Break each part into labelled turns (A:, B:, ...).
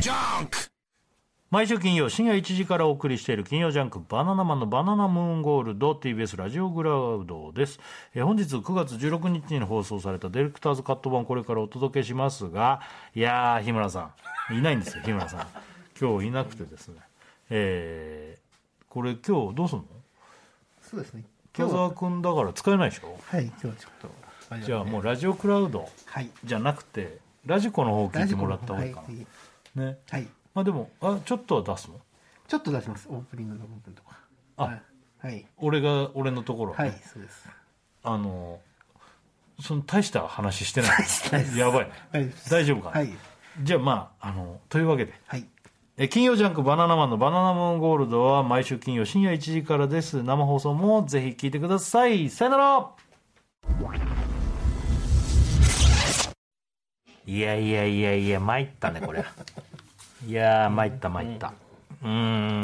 A: Junk!
B: 毎週金曜深夜1時からお送りしている金曜ジャンクバナナマンのバナナムーンゴールド TBS ラジオグラウドですえー本日9月16日に放送されたディレクターズカット版これからお届けしますがいやー日村さんいないんですよ日村さん今日いなくてですねえー、これ今日どうすんの
C: そうですね。
B: 北
C: 今日は、
B: 沢君だから使えないでしょ
C: はい、今日はちょっと、あれだね
B: じゃあもうラジオクラウド
C: はい。
B: じゃなくてラジコの方を聞いてもらった方がいいか
C: はい。
B: な、ね
C: はい
B: まあでもあちょっとは出すの
C: ちょっと出します。オープニングの部分とか。
B: あ
C: はいはい。
B: 俺が俺のところは
C: は
B: ね
C: い、そうです。
B: あのその大した話してない
C: してないです
B: やばいね、
C: 大丈夫です
B: 大丈夫かな、
C: はい。
B: じゃあまああのというわけで
C: はい。
B: え金曜ジャンク「バナナマンのバナナムーンゴールド」は毎週金曜深夜1時からです生放送もぜひ聞いてくださいさよならいやいやいやいや参ったねこれいやー参った参ったうーん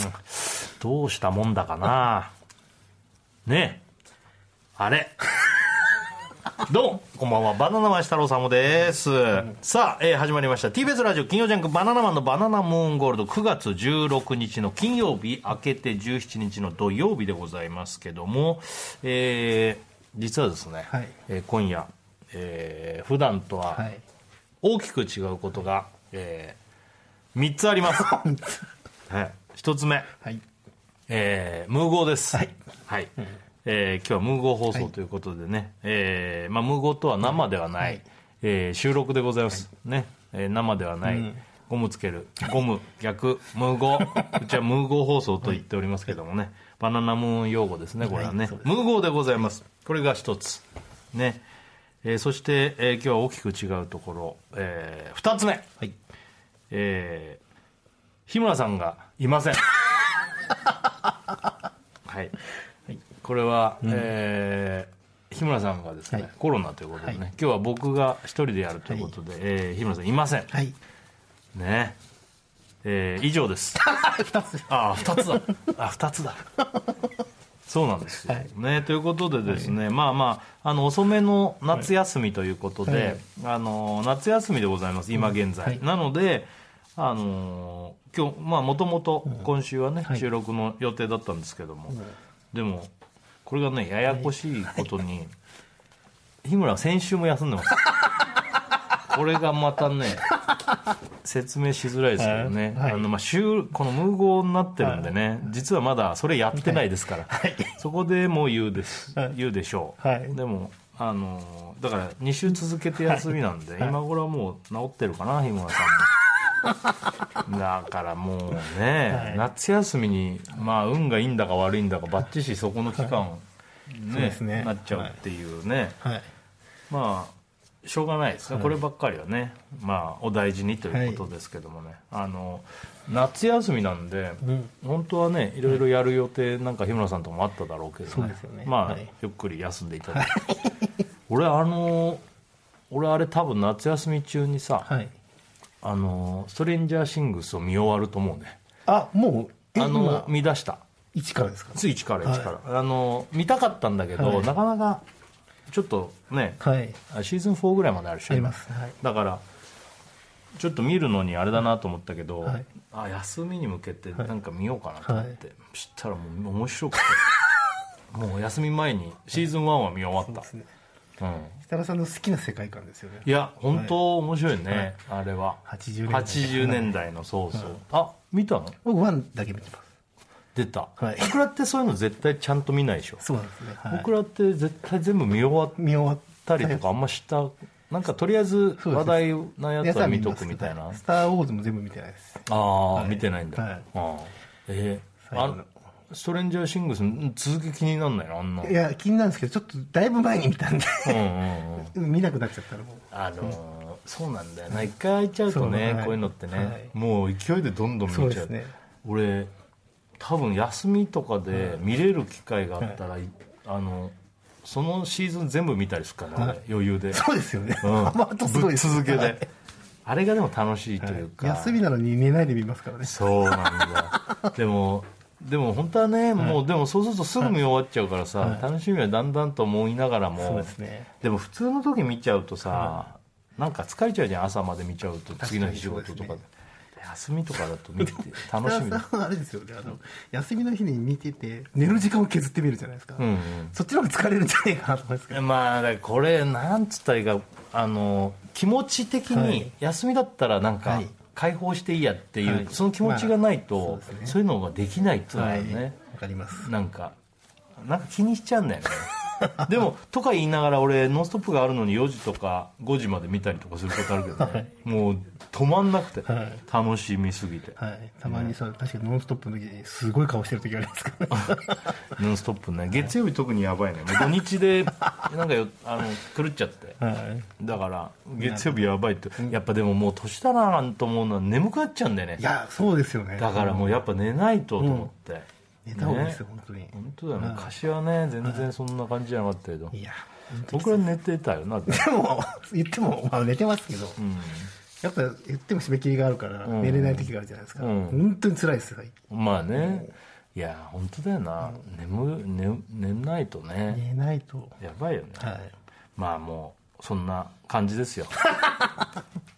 B: どうしたもんだかなねえあれどうもこんばんはバナナマン太郎さんもです、さあ、えー始まりました TBS ラジオ金曜ジャンク「バナナマンのバナナムーンゴールド」9月16日の金曜日明けて17日の土曜日でございますけども、えー実はですね、
C: はい
B: えー今夜、えー普段とは
C: はい。
B: 大きく違うことが、え3つあります、はい、1つ目、
C: はい。
B: えームーゴーです。はい。えー今日はムーゴー放送ということでね、えーまあ、ムーゴーとは生ではない、
C: はい
B: えー収録でございます。ね、えー生ではない、ゴムつける、ゴム、逆、ムーゴ ー。うちはムーゴー放送と言っておりますけどもね、バナナムーン用語ですね、これはね。ムーゴーでございます。これが一つ。ね。えーそして、えー今日は大きく違うところ、えー二つ目。えー日村さんがいませ ん。はい、これは、えー日村さんがですね、
C: はい
B: コロナということでね、今日は僕が一人でやるということで、えー日村さんいません、
C: はい。
B: ねえー以上です
C: 二つ。
B: ああ2つだあ二つだそうなんですよ、ね、ということでですね、まあまああの遅めの夏休みということで、
C: はい
B: あの夏休みでございます今現在、
C: はい
B: なのであの今日まあもともと今週はね、
C: はい
B: 収録の予定だったんですけども、でもこれがねややこしいことに、日村は先週も休んでます これがまたね説明しづらいですけどね、
C: はい
B: あのまあ、週この無言になってるんでね、実はまだそれやってないですから、そこでもう言うです、
C: はい
B: 言うでしょう、
C: はい
B: でもあのだから2週続けて休みなんで、今頃はもう治ってるかな日村さん もだからもうね、
C: はい
B: 夏休みにまあ運がいいんだか悪いんだかばっちしそこの期間、
C: そうですね
B: なっちゃうっていうね、
C: はい。
B: まあしょうがないですね、こればっかりはね、まあ、お大事にということですけどもね、あの夏休みなんで、
C: ん
B: 本当はねいろいろやる予定なんか日村さんともあっただろうけど、
C: そうですよね
B: まあ、
C: はい
B: ゆっくり休んでいただいて俺あの俺あれ多分夏休み中にさ、
C: はい。
B: あのストレンジャーシングスを見終わると思うね
C: あ、もう、え、
B: あの
C: 今、
B: 見出した
C: 一からですか
B: つい1から1から、あの見たかったんだけど、
C: はい
B: なかなかちょっとね
C: はい。
B: あシーズン4ぐらいまであるでしょ
C: ありますはい
B: だからちょっと見るのにあれだなと思ったけど、
C: はい
B: あ休みに向けてなんか見ようかなと思って、そしたらもう面白 くてもう休み前にシーズン1は見終わった、
C: ですね。
B: うん、
C: 設楽さんの好きな世界観ですよね。
B: いや本当面白いね、あれは
C: 80年代
B: 80年代のそうそう、あ見たの
C: 僕、ワンだけ見てま
B: 出た、
C: はい
B: 僕らってそういうの絶対ちゃんと見ないでしょ、
C: す。そうなんですね。はい
B: 僕らって絶対全部見終わっ
C: 見終わった
B: りとかあんましたなんかとりあえず
C: そうです
B: 話題なやつは見と
C: やつ
B: く
C: は
B: みたいな
C: はスター・ウォーズも全部見てないです。
B: ああ、見てないんだ、
C: はい
B: ああえー
C: 最後
B: あ
C: の
B: ストレンジャーシングスの続き気になんないのあんな。
C: いや気になるんですけどちょっとだいぶ前に見たんで
B: うんうんうん。
C: 見なくなっちゃったらもう
B: あのーそうなんだよな、一回開いちゃうとね
C: そうはい
B: こういうのってね、
C: はい
B: もう勢いでどんどん見ちゃ
C: そう
B: う
C: ですね
B: 俺多分休みとかで見れる機会があったら、いあのそのシーズン全部見たりするから、俺余裕で、
C: そうですよね、
B: うん
C: まあとすご
B: ぶ
C: い
B: っ
C: です
B: 続けで、
C: はい
B: あれがでも楽しいというか、
C: 休みなのに寝ないで見ますからね
B: そうなん だでもでも本当はね、もうでもそうするとすぐ見終わっちゃうからさ、楽しみはだんだんと思いながらも
C: そうですね
B: でも普通の時見ちゃうとさ、なんか疲れちゃうじゃん朝まで見ちゃうと
C: かに
B: 次の日仕事とかで
C: そうですね
B: 休みとかだと見て 楽しみ
C: 北田
B: だ
C: さんはあれですよねあの休みの日に見てて寝る時間を削ってみるじゃないですか、
B: うんうん
C: そっちの方が疲れるんじゃないかなと思いますけど
B: まあだからこれなんつったらいいかあの気持ち的
C: はい
B: に休みだったらなんか
C: はい
B: 解放していいやっていう、
C: はい
B: その気持ちがないと、
C: まあそ
B: そ
C: う
B: う
C: ですね
B: いうのができないっていうのは
C: はい
B: ね、
C: わかります
B: なんかなんか気にしちゃうんだよね でもとか言いながら俺「ノンストップ!」があるのに4時とか5時まで見たりとかすることあるけどね、もう止まんなくて、
C: はい
B: 楽しみすぎて
C: はい、たまにそう、確かに「ノンストップ!」の時にすごい顔してる時ありますから、 ね、
B: 「ノンストップね」月曜日特にやばいねもう土日でなんかよあの狂っちゃって
C: はい
B: だから月曜日やばいってやっぱでももう年だななんて思うのは眠くなっちゃうんだよね
C: いやそうですよね
B: だからもうやっぱ寝ないとと思って、
C: 寝た方がいいですよ、
B: ね
C: 本当に
B: 本当だよね昔はね全然そんな感じじゃなかったけど
C: いや
B: 僕ら寝てたよな
C: でも言っても、まあ、寝てますけど、やっぱ言っても締め切りがあるから寝れない時があるじゃないですか、
B: うん
C: 本当に辛いですよ最近
B: まあね、いや本当だよな、眠寝寝ないとね、
C: 寝ないと
B: やばいよね、
C: はい
B: まあもうそんな感じ ですよ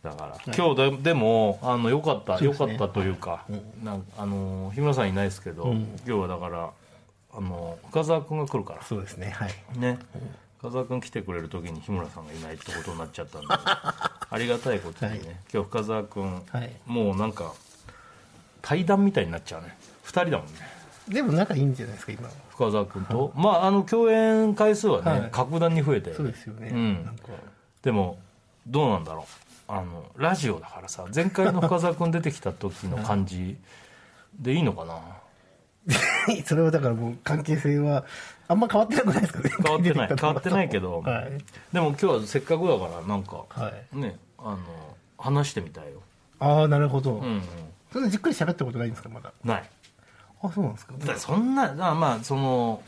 B: だから今日ででもあのよかった、よかったというか,、なんかあの日村さんいないですけど、今日はだからあの深澤君が来るから
C: そうですねはい
B: ね深澤君来てくれる時に日村さんがいないってことになっちゃ ったんでありがたいことにね、
C: はい
B: 今日深澤君、
C: はい
B: もうなんか対談みたいになっちゃうね2人だもんね
C: でも仲いいんじゃないですか今は
B: 深澤君と、まああの共演回数はね、
C: はい
B: 格段に増えて
C: そうですよね、
B: うん
C: なんか
B: でもどうなんだろうあのラジオだからさ前回の深澤君出てきた時の感じでいいのかな
C: それはだからもう関係性はあんま変わってなくないですかね
B: 変わってない
C: 出
B: 変
C: きたと
B: わってないけど、
C: はい
B: でも今日はせっかくだからなんか、
C: はい
B: ねあの話してみたいよ
C: ああなるほど、
B: うん、うん、
C: そんなじっくり喋ったことないんですかまだ
B: ない
C: あそうなんですか
B: だからそんなまあまあその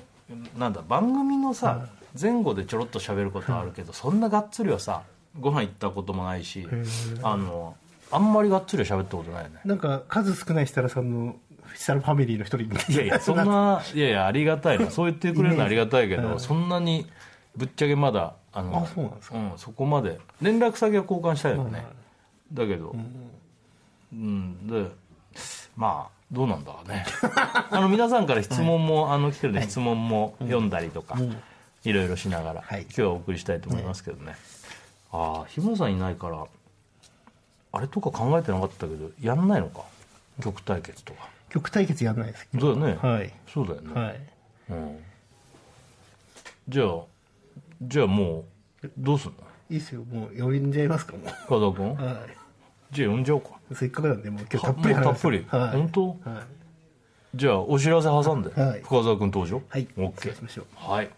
B: なんだ番組のさ前後でちょろっと喋ることはあるけどそんながっつりはさご飯行ったこともないしあのあんまりがっつりは喋ったことないよね
C: なんか数少ない設楽さんの設楽ファミリーの一人み たいない
B: やいやそんないやいやありがたいなそう言ってくれるのはありがたいけどそんなにぶっちゃけまだあの
C: あそうなんですか
B: うんそこまで連絡先は交換したいよねだけどうんでまあどうなんだろうね あの皆さんから質問もあの来てるんで質問も読んだりとかいろいろしながら
C: はい
B: 今日はお送りしたいと思いますけどねああ日村さんいないからあれとか考えてなかったけどやんないのか曲対決とか
C: 曲対決やんないですけど
B: そうだよね
C: はい
B: そうだよね
C: はい
B: うんじゃあじゃあもうどうすんの
C: いいっすよもう呼んじゃいますかも
B: 深田君
C: うは
B: じゃあ呼んじゃおうか
C: いせっかくなんでもう今日
B: は
C: たっぷり話
B: もうたっぷり
C: はい
B: 本当
C: はい
B: じゃあお知らせ挟んで、
C: はい
B: 深澤君登場
C: はい
B: オッケ
C: そうしましょう
B: ーはい